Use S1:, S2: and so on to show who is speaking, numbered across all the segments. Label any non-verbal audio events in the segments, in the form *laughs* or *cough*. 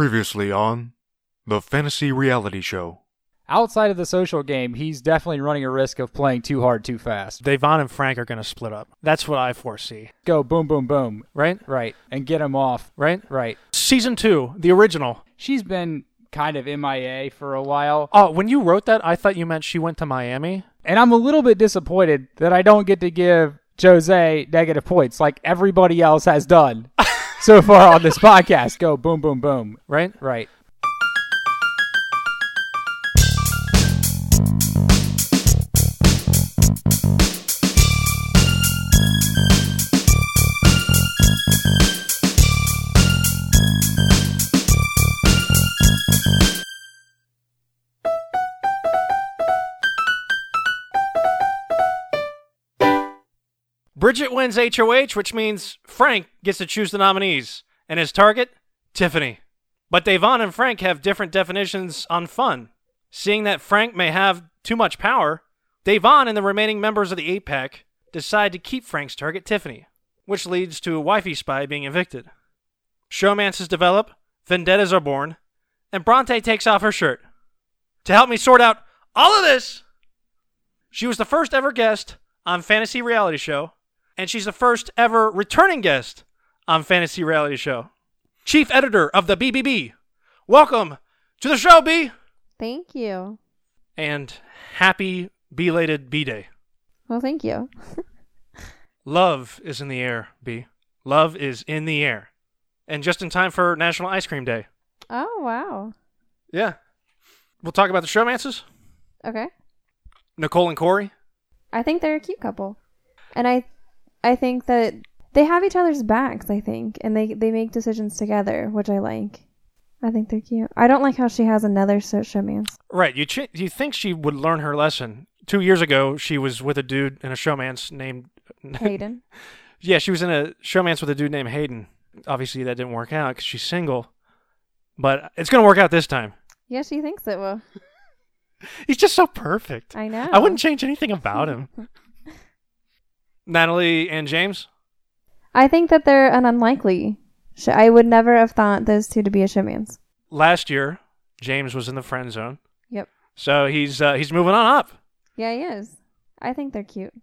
S1: Previously on The Fantasy Reality Show.
S2: Outside of the social game, he's definitely running a risk of playing too hard too fast.
S3: Devon and Frank are going to split up. That's what I foresee.
S2: Go boom, boom, boom.
S3: Right?
S2: Right. And get him off.
S3: Right?
S2: Right.
S3: Season two, the original.
S2: She's been kind of MIA for a while,
S3: Oh, when you wrote that, I thought you meant she went to Miami.
S2: and I'm a little bit disappointed that I don't get to give Jose negative points like everybody else has done so far on this *laughs* podcast. Go boom, boom, boom.
S3: Right?
S2: Right.
S3: Bridget wins HOH, which means Frank gets to choose the nominees. And his target? Tiffany. But Devon and Frank have different definitions on fun. Seeing that Frank may have too much power, Devon and the remaining members of the 8 pack decide to keep Frank's target Tiffany, which leads to Wifey Spy being evicted. Showmances develop, vendettas are born, and Bronte takes off her shirt. To help me sort out all of this, she was the first ever guest on Fantasy Reality Show, and she's the first ever returning guest on Fantasy Reality Show. Chief editor of the BBB, welcome to the show, B,
S4: Thank you.
S3: and happy belated B Day.
S4: Well, thank you.
S3: *laughs* Love is in the air, B. Love is in the air, and just in time for National Ice Cream Day.
S4: Oh, wow.
S3: Yeah, we'll talk about the showmances,
S4: Okay.
S3: Nicole and Corey.
S4: I think they're a cute couple. And I I think that they have each other's backs, I think, and they they make decisions together, which I like. I think they're cute. I don't like how she has another
S3: *laughs*
S4: so- showman's.
S3: Right. You ch- you think she would learn her lesson? Two years ago, she was with a dude in a showman's named. *laughs*
S4: Hayden.
S3: yeah, she was in a showman's with a dude named Hayden. Obviously, that didn't work out because she's single. But it's gonna work out this time.
S4: yeah, she thinks it will.
S3: He's just so perfect.
S4: I know.
S3: I wouldn't change anything about him. *laughs* Natalie and James.
S4: I think that they're an unlikely. Sh- I would never have thought those two to be a showman's.
S3: Last year, James was in the friend zone,
S4: Yep.
S3: so he's uh, he's moving on up.
S4: Yeah, he is. I think they're cute.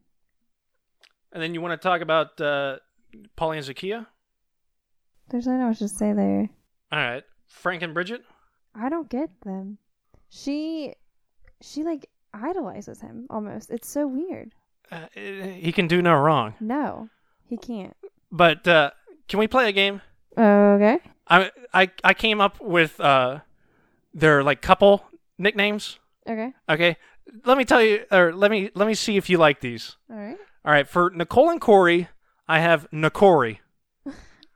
S3: And then you want to talk about uh, Polly and Zakia.
S4: There's not much to say there.
S3: All right, Frank and Bridget.
S4: I don't get them. She, she like idolizes him almost. It's so weird.
S3: Uh, he can do no wrong.
S4: No, he can't.
S3: But uh, can we play a game?
S4: Okay.
S3: I I I came up with uh, their like couple nicknames.
S4: Okay.
S3: Okay, let me tell you, or let me let me see if you like these.
S4: All right.
S3: All right, for Nicole and Corey, I have Nicori.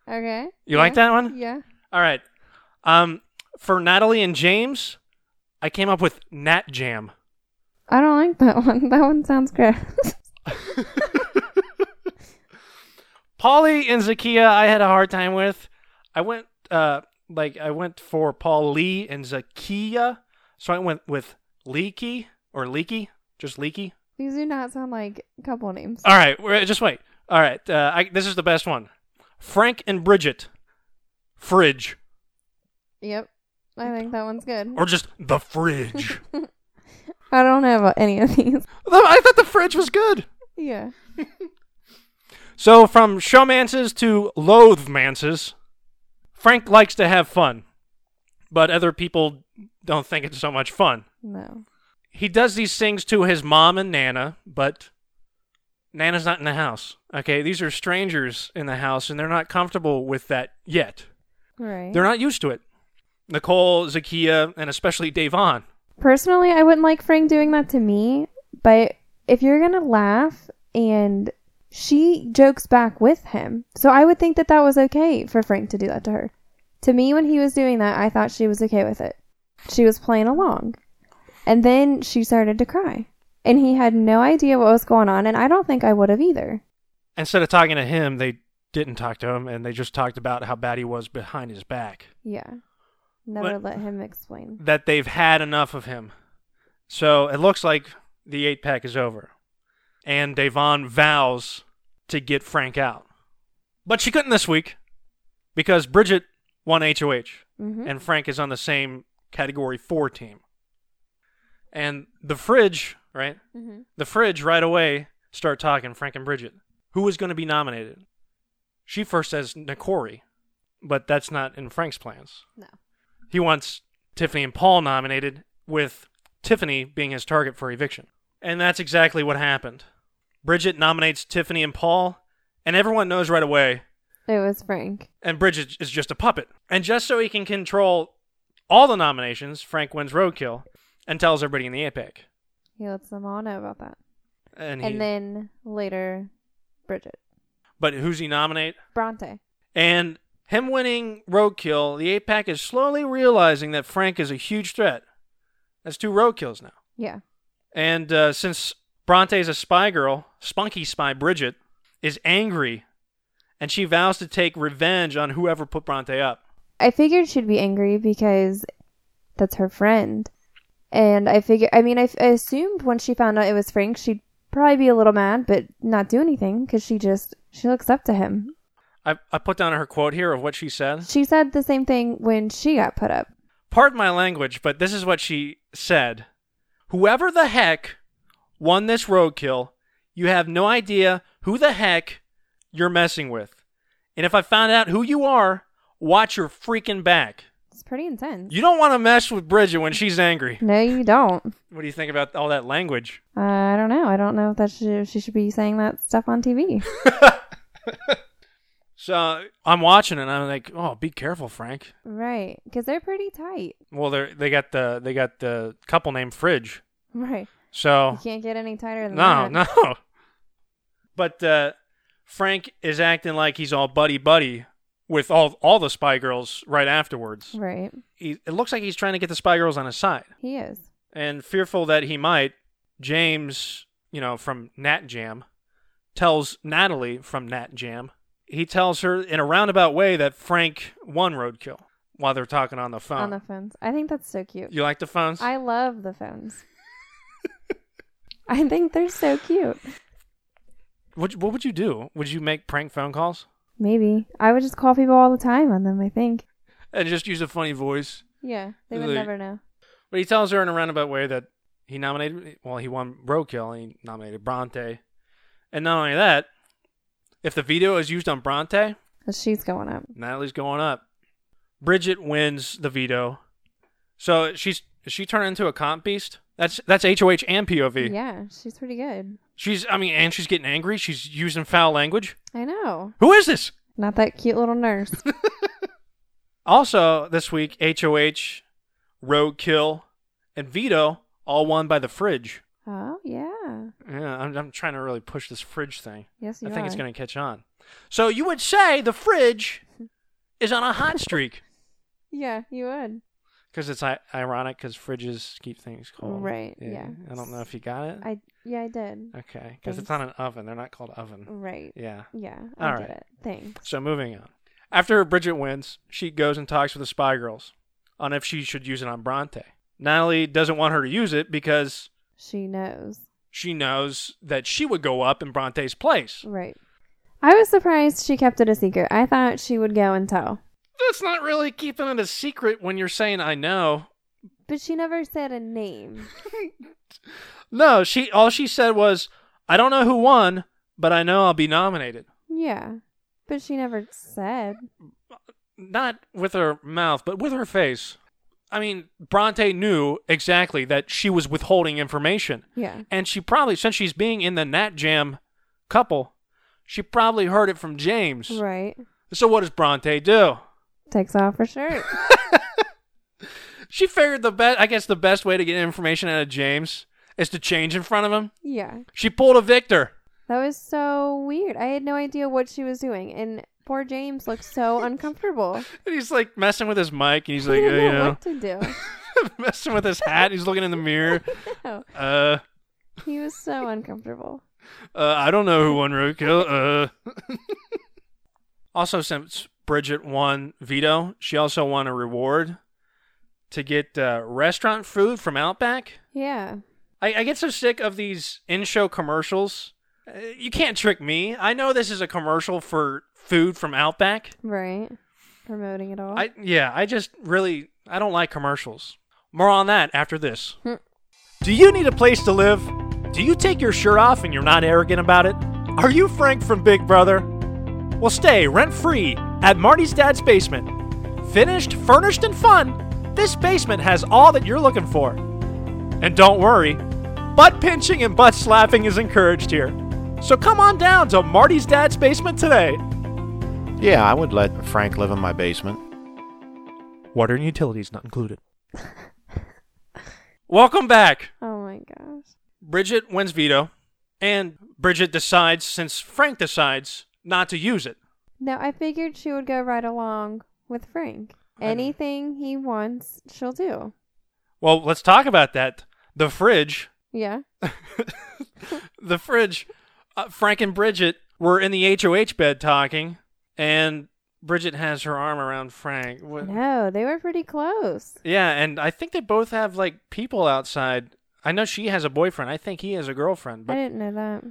S4: Okay.
S3: You like
S4: Yeah.
S3: that one?
S4: Yeah.
S3: All right, um, for Natalie and James, I came up with Nat Jam.
S4: I don't like that one. *laughs* That one sounds gross.
S3: Polly and Zakia, I had a hard time with. I went uh like I went for Paul Lee and Zakia, so I went with Leaky or Leaky, just Leaky.
S4: These do not sound like couple names.
S3: All right, we're, just wait. All right, uh, I, this is the best one. Frank and Bridget, fridge
S4: Yep. I think that one's good.
S3: or just the fridge.
S4: I don't have any of these.
S3: I thought the fridge was good.
S4: Yeah.
S3: So from showmances to loathemances, Frank likes to have fun, but other people don't think it's so much fun.
S4: No.
S3: he does these things to his mom and Nana, but Nana's not in the house. Okay, these are strangers in the house, and they're not comfortable with that yet.
S4: Right.
S3: They're not used to it. Nicole, Zakia, and especially Davon.
S4: Personally, I wouldn't like Frank doing that to me, but if you're going to laugh and she jokes back with him, so I would think that that was okay for Frank to do that to her. To me, when he was doing that, I thought she was okay with it. She was playing along. And then she started to cry. And he had no idea what was going on, and I don't think I would have either.
S3: Instead of talking to him, they didn't talk to him, and they just talked about how bad he was behind his back.
S4: Yeah. Never
S3: But-
S4: let him explain.
S3: That they've had enough of him. So it looks like the eight pack is over. And Davon vows to get Frank out. But she couldn't this week because Bridget one HOH,
S4: Mm-hmm.
S3: and Frank is on the same category four team. And the fridge, right?
S4: mm-hmm.
S3: The fridge right away start talking Frank and Bridget. Who is going to be nominated? She first says Nikori, but that's not in Frank's plans.
S4: No.
S3: He wants Tiffany and Paul nominated, with Tiffany being his target for eviction. And that's exactly what happened. Bridget nominates Tiffany and Paul, and everyone knows right away,
S4: It was Frank.
S3: and Bridget is just a puppet. And just so he can control all the nominations, Frank wins Roadkill and tells everybody in the APEC.
S4: He lets them all know about that.
S3: And,
S4: And,
S3: he,
S4: then later, Bridget.
S3: but who's he nominate?
S4: Bronte.
S3: And him winning Roadkill, the eight pack is slowly realizing that Frank is a huge threat. That's two Roadkills now.
S4: Yeah.
S3: And uh, since Bronte is a spy girl, Spunky Spy Bridget is angry, and she vows to take revenge on whoever put Bronte up.
S4: I figured she'd be angry because that's her friend. And I figure, I mean, I, f- I assumed once she found out it was Frank, she'd probably be a little mad, but not do anything because she just, she looks up to him.
S3: I, I put down her quote here of what she said.
S4: She said the same thing when she got put up.
S3: Pardon my language, but this is what she said. Whoever the heck won this roadkill, you have no idea who the heck you're messing with. And if I found out who you are, watch your freaking back.
S4: It's pretty intense.
S3: You don't want to mess with Bridget when she's angry.
S4: no, you don't.
S3: What do you think about all that language?
S4: Uh, I don't know. I don't know if that she, if she should be saying that stuff on TV.
S3: So I'm watching and I'm like, oh, be careful, Frank.
S4: right. Because they're pretty tight.
S3: Well, they they got the they got the couple named Fridge.
S4: Right.
S3: So
S4: You can't get any tighter than
S3: Oh. No,
S4: that.
S3: no. But uh, Frank is acting like he's all buddy buddy with all all the spy girls right afterwards.
S4: Right.
S3: He, it looks like he's trying to get the spy girls on his side,
S4: He is.
S3: and fearful that he might, James, you know, from Nat Jam, tells Natalie from Nat Jam. He tells her in a roundabout way that Frank won Roadkill while they're talking on the phone.
S4: On the phones. I think that's so cute.
S3: you like the phones?
S4: I love the phones. I think they're so cute.
S3: What what would you do? Would you make prank phone calls
S4: Maybe. I would just call people all the time on them, I think.
S3: and just use a funny voice?
S4: Yeah. They would
S3: Like-
S4: never know.
S3: But he tells her in a roundabout way that he nominated, well, he won Roadkill and he nominated Bronte. And not only that, if the veto is used on Bronte,
S4: 'Cause she's going up.
S3: Natalie's going up. Bridget wins the veto. So she's is she turned into a comp beast? That's that's HOH and POV.
S4: Yeah. She's pretty good.
S3: She's I mean, and she's getting angry. She's using foul language.
S4: I know.
S3: Who is this?
S4: Not that cute
S3: *laughs*
S4: little nurse.
S3: Also this week, HOH, Roadkill, and Veto all won by the fridge.
S4: oh, yeah.
S3: Yeah, I'm, I'm trying to really push this fridge thing.
S4: Yes, you
S3: I think it's
S4: are.
S3: going to catch on. So you would say the fridge is on a hot
S4: *laughs*
S3: streak
S4: Yeah, you would.
S3: because it's I- ironic because fridges keep things cold.
S4: Right, yeah.
S3: I don't know if you got it.
S4: I yeah, I did.
S3: okay. Because it's not an oven. They're not called oven.
S4: Right.
S3: Um, Yeah.
S4: Yeah, I
S3: All
S4: did
S3: right.
S4: it. Thanks.
S3: So moving on. After Bridget wins, she goes and talks with the spy girls on if she should use it on Bronte. Natalie doesn't want her to use it because
S4: She knows.
S3: she knows that she would go up in Bronte's place.
S4: Right. I was surprised she kept it a secret. I thought she would go and tell.
S3: That's not really keeping it a secret when you're saying I know.
S4: But she never said a name.
S3: No, she all she said was, "I don't know who won, but I know I'll be nominated."
S4: yeah. But she never said.
S3: Not with her mouth, but with her face. I mean, Bronte knew exactly that she was withholding information,
S4: Yeah.
S3: and she probably, since she's being in the Nat Jam couple, she probably heard it from James.
S4: Right.
S3: So what does Bronte do?
S4: Takes off her shirt. *laughs*
S3: She figured the best, I guess, the best way to get information out of James is to change in front of him.
S4: yeah.
S3: She pulled a Victor.
S4: That was so weird. I had no idea what she was doing. And poor James looked so
S3: *laughs*
S4: uncomfortable.
S3: And he's like messing with his mic, and he's
S4: I
S3: like,
S4: didn't
S3: uh, you
S4: know,
S3: know,
S4: what to do. *laughs*
S3: *laughs* messing with his hat. He's looking in the mirror.
S4: No.
S3: Uh,
S4: He was so uncomfortable.
S3: uh, I don't know who won roadkill. Uh. *laughs* also, since Bridget won veto, she also won a reward to get uh, restaurant food from Outback.
S4: Yeah.
S3: I, I get so sick of these in-show commercials. Uh, you can't trick me. I know this is a commercial for food from Outback,
S4: Right. promoting at all.
S3: I yeah, I just really I don't like commercials. More on that after this.
S4: Hmm.
S3: Do you need a place to live? Do you take your shirt off and you're not arrogant about it? Are you Frank from Big Brother? Well, stay rent free at Marty's Dad's basement. Finished, furnished, and fun, this basement has all that you're looking for. And don't worry, butt pinching and butt slapping is encouraged here. So come on down to Marty's Dad's basement today.
S5: Yeah, I would let Frank live in my basement.
S3: Water and utilities not included. Welcome back.
S4: oh my gosh.
S3: Bridget wins veto, and Bridget decides, since Frank decides, not to use it.
S4: No, I figured she would go right along with Frank.
S3: I know.
S4: Anything he wants, she'll do.
S3: Well, let's talk about that. The fridge,
S4: Yeah.
S3: the fridge, uh, Frank and Bridget were in the HOH bed talking, and Bridget has her arm around Frank. Wha-
S4: No, they were pretty close.
S3: Yeah, and I think they both have, like, people outside. I know she has a boyfriend. I think he has a girlfriend,
S4: I
S3: but,
S4: didn't know that.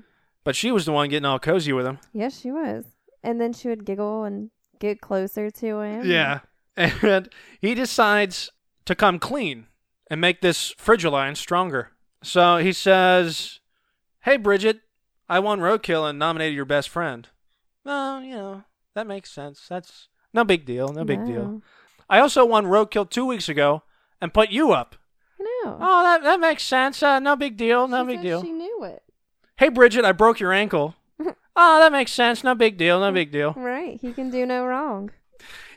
S3: but she was the one getting all cozy with him.
S4: Yes, she was. And then she would giggle and get closer to him.
S3: Yeah. And he decides to come clean and make this Frigiline stronger. So he says, Hey, Bridget, I won Roadkill and nominated your best friend. Well, you know, that makes sense. That's no big deal. No big deal.
S4: No.
S3: I also won Roadkill two weeks ago and put you up.
S4: I know.
S3: Oh, that, that makes sense. Uh, no big deal. No
S4: She
S3: big
S4: said
S3: deal.
S4: She knew it.
S3: Hey, Bridget, I broke your
S4: *laughs*
S3: ankle. oh, that makes sense. No big deal.
S4: Mm.
S3: No big deal.
S4: Right. He can do no wrong.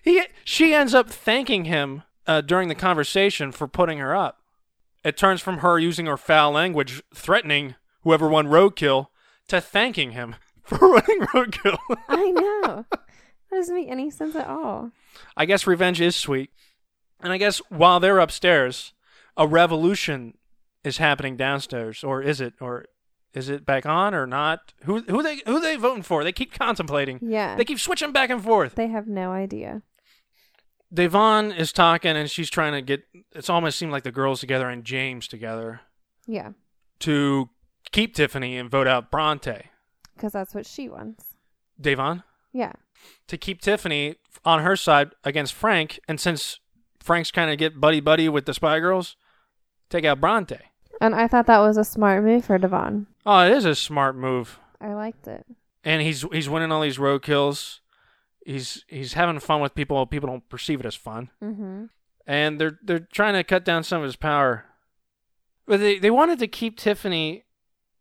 S3: He she ends up thanking him uh, during the conversation for putting her up. It turns from her using her foul language, threatening whoever won roadkill, to thanking him *laughs* for winning roadkill. *laughs*
S4: I know. That doesn't make any sense at all.
S3: I guess revenge is sweet. And I guess while they're upstairs, a revolution is happening downstairs, or is it? Or is it back on or not? Who who they who they voting for? They keep contemplating.
S4: Yeah.
S3: They keep switching back and forth.
S4: They have no idea.
S3: Devon is talking and she's trying to get it's almost seemed like the girls together and James together
S4: Yeah.
S3: to keep Tiffany and vote out Bronte.
S4: Because that's what she wants.
S3: Devon
S4: Yeah.
S3: to keep Tiffany on her side against Frank and since Frank's kind of get buddy buddy with the spy girls, take out Bronte.
S4: And I thought that was a smart move for Devon.
S3: Oh, it is a smart move.
S4: I liked it.
S3: And he's he's winning all these road kills. He's he's having fun with people. People don't perceive it as fun.
S4: Mm-hmm.
S3: and they're they're trying to cut down some of his power. But they they wanted to keep Tiffany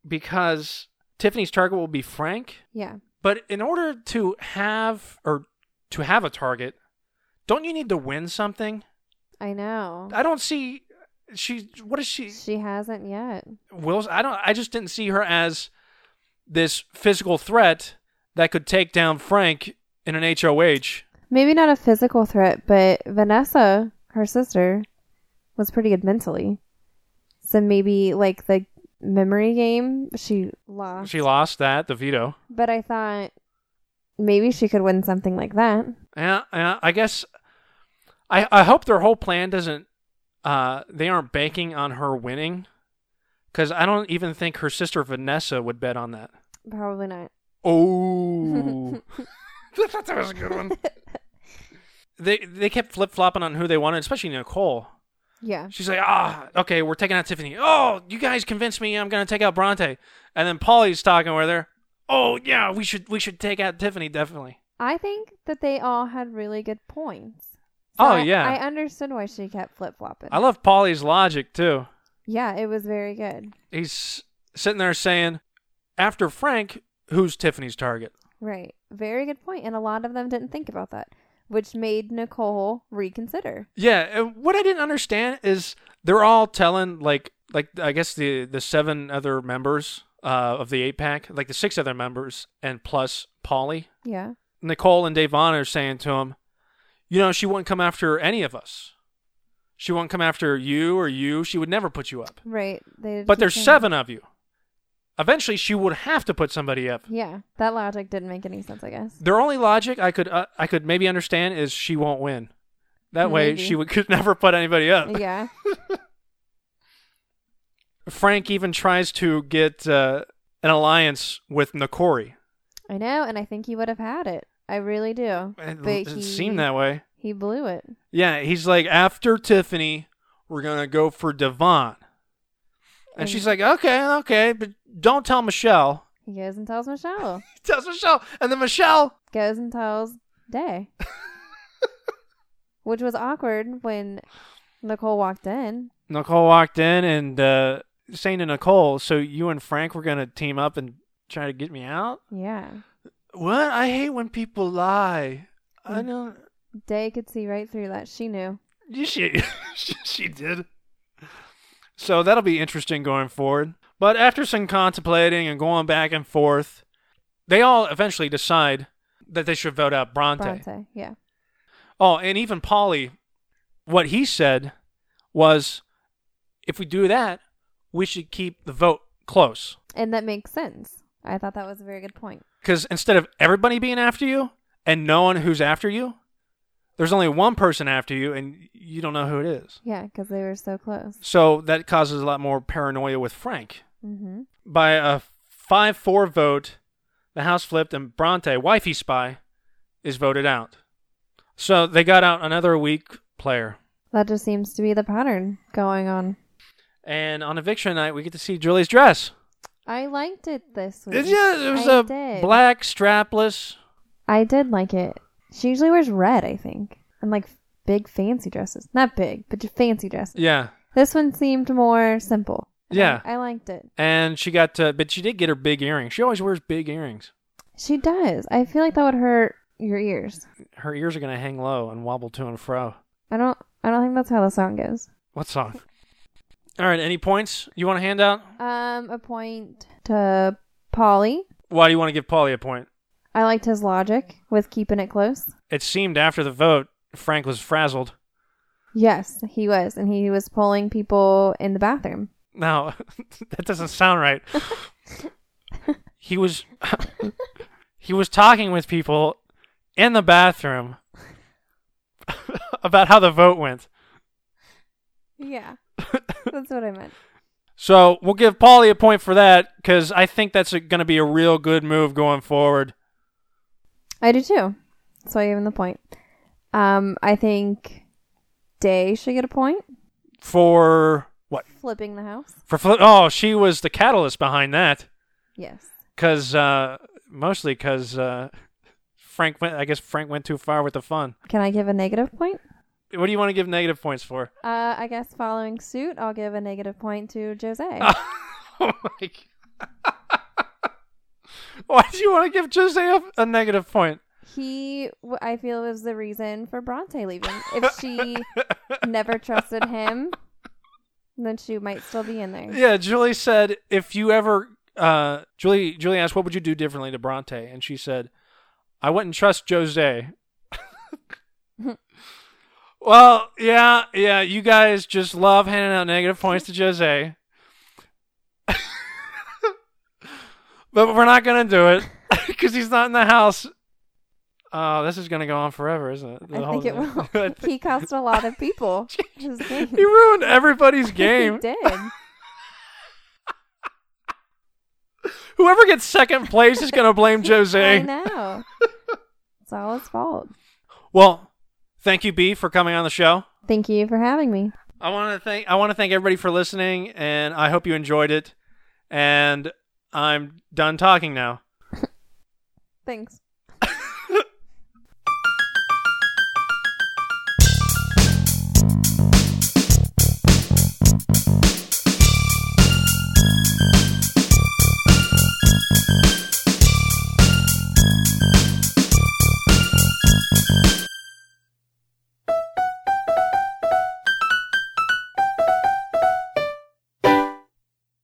S3: because Tiffany's target will be Frank.
S4: Yeah.
S3: But in order to have or to have a target, don't you need to win something?
S4: I know.
S3: I don't see she what is she
S4: She hasn't yet.
S3: Will's I don't I just didn't see her as this physical threat that could take down Frank in an HOH.
S4: Maybe not a physical threat, but Vanessa, her sister, was pretty good mentally. So maybe like the memory game, she lost.
S3: She lost that, the veto.
S4: But I thought maybe she could win something like that.
S3: Yeah, yeah, I guess I I hope their whole plan doesn't uh they aren't banking on her winning cuz I don't even think her sister Vanessa would bet on that.
S4: Probably not.
S3: Oh. that was a good one. They they kept flip-flopping on who they wanted, especially Nicole.
S4: *laughs* Yeah.
S3: She's like, "Ah, okay, we're taking out Tiffany. Oh, you guys convinced me I'm going to take out Bronte." And then Polly's talking with her. "Oh, yeah, we should we should take out Tiffany definitely."
S4: I think that they all had really good points.
S3: Oh,
S4: I-
S3: yeah.
S4: I understood why she kept flip flopping.
S3: I love Polly's logic too.
S4: yeah, it was very good.
S3: he's sitting there saying, after Frank, who's Tiffany's target?
S4: Right. Very good point. And a lot of them didn't think about that, which made Nicole reconsider.
S3: Yeah, and what I didn't understand is they're all telling like like I guess the the seven other members uh, of the eight pack, like the six other members, and plus Polly,
S4: Yeah.
S3: Nicole, and Davon are saying to him, you know, she wouldn't come after any of us. She wouldn't come after you or you. She would never put you up.
S4: Right. They did
S3: But
S4: keep
S3: there's
S4: saying-
S3: seven of you. Eventually, she would have to put somebody up.
S4: Yeah. That logic didn't make any sense, I guess.
S3: Their only logic I could uh, I could maybe understand is she won't win. That way
S4: Maybe.
S3: she would *laughs* could never put anybody up.
S4: yeah.
S3: Frank even tries to get uh, an alliance with Nakori.
S4: I know. And I think he would have had it. I really do.
S3: It,
S4: but
S3: it seemed that way.
S4: He blew it.
S3: Yeah, he's like, after Tiffany, we're gonna go for Devon, and
S4: And-
S3: she's like, okay, okay, but don't tell Michelle. *laughs*
S4: He goes and tells Michelle.
S3: He tells Michelle, and then Michelle.
S4: goes and tells
S3: *laughs*
S4: Day. Which was awkward when Nicole walked in.
S3: Nicole walked in and uh, saying to Nicole, "So you and Frank were gonna team up and try to get me out."
S4: Yeah.
S3: What? I hate when people lie. I
S4: Mm.
S3: don't.
S4: Day could see right through that. She knew.
S3: Yeah, She, *laughs* she she did. So that'll be interesting going forward. But after some contemplating and going back and forth, they all eventually decide that they should vote out Bronte.
S4: Bronte. Yeah.
S3: Oh, and even Polly, what he said was, if we do that, we should keep the vote close.
S4: And that makes sense. I thought that was a very good point.
S3: Because instead of everybody being after you and knowing who's after you, there's only one person after you, and you don't know who it is.
S4: Yeah, because they were so close.
S3: So that causes a lot more paranoia with Frank.
S4: Mm-hmm.
S3: By a 5 4 vote, the House flipped and Bronte, wifey spy, is voted out. So they got out another weak player.
S4: That just seems to be the pattern going on.
S3: And on eviction night, we get to see Julie's dress.
S4: I liked it this week.
S3: It's- yeah, it was
S4: I
S3: a
S4: did.
S3: black strapless.
S4: I did like it. She usually wears red, I think, and like big fancy dresses. Not big, but just fancy dresses.
S3: Yeah.
S4: This one seemed more simple. And
S3: Yeah.
S4: I, I liked it.
S3: And she got to, but she did get her big earrings. She always wears big earrings.
S4: She does. I feel like that would hurt your ears.
S3: Her ears are going to hang low and wobble to and fro.
S4: I don't. I don't think that's how the song goes.
S3: What song? All right, any points you want to hand out?
S4: Um, a point to Polly.
S3: Why do you want to give Polly a point?
S4: I liked his logic with keeping it close.
S3: It seemed after the vote, Frank was frazzled.
S4: Yes, he was, and he was pulling people in the bathroom.
S3: Now, *laughs* that doesn't sound right. he was *laughs* he was talking with people in the bathroom *laughs* about how the vote went. *laughs*
S4: Yeah, that's what I meant.
S3: So we'll give Polly a point for that because I think that's going to be a real good move going forward.
S4: I do too. So I gave him the point. Um, I think Day should get a point.
S3: For what?
S4: Flipping the house.
S3: For fl- oh, she was the catalyst behind that
S4: Yes.
S3: because uh, mostly because uh, Frank went. I guess Frank went too far with the fun.
S4: Can I give a negative point?
S3: What do you want to give negative points for?
S4: Uh, I guess following suit, I'll give a negative point to
S3: *laughs*
S4: Jose.
S3: *laughs* oh my *laughs* god! Why do you want to give Jose a, a negative point?
S4: he, w- I feel, was the reason for Bronte leaving. If
S3: *laughs*
S4: she never trusted him, then she might still be in there.
S3: Yeah, Julie said if you ever uh Julie Julie asked what would you do differently to Bronte and she said I wouldn't trust Jose. *laughs* well, yeah, yeah, you guys just love handing out negative points to Jose. *laughs* but we're not going to do it *laughs* cuz he's not in the house. Oh, this is going to go on forever, isn't it? The
S4: I
S3: whole
S4: think it
S3: thing. *laughs*
S4: will. he cost a lot of people. His game.
S3: he ruined everybody's
S4: *laughs* He
S3: game.
S4: did.
S3: Whoever gets second place is going to
S4: *laughs*
S3: blame *laughs* Jose.
S4: I know. It's all his fault.
S3: Well, thank you, B, for coming on the show.
S4: Thank you for having me.
S3: I want to thank I want to thank everybody for listening, and I hope you enjoyed it. And I'm done talking now.
S4: Thanks.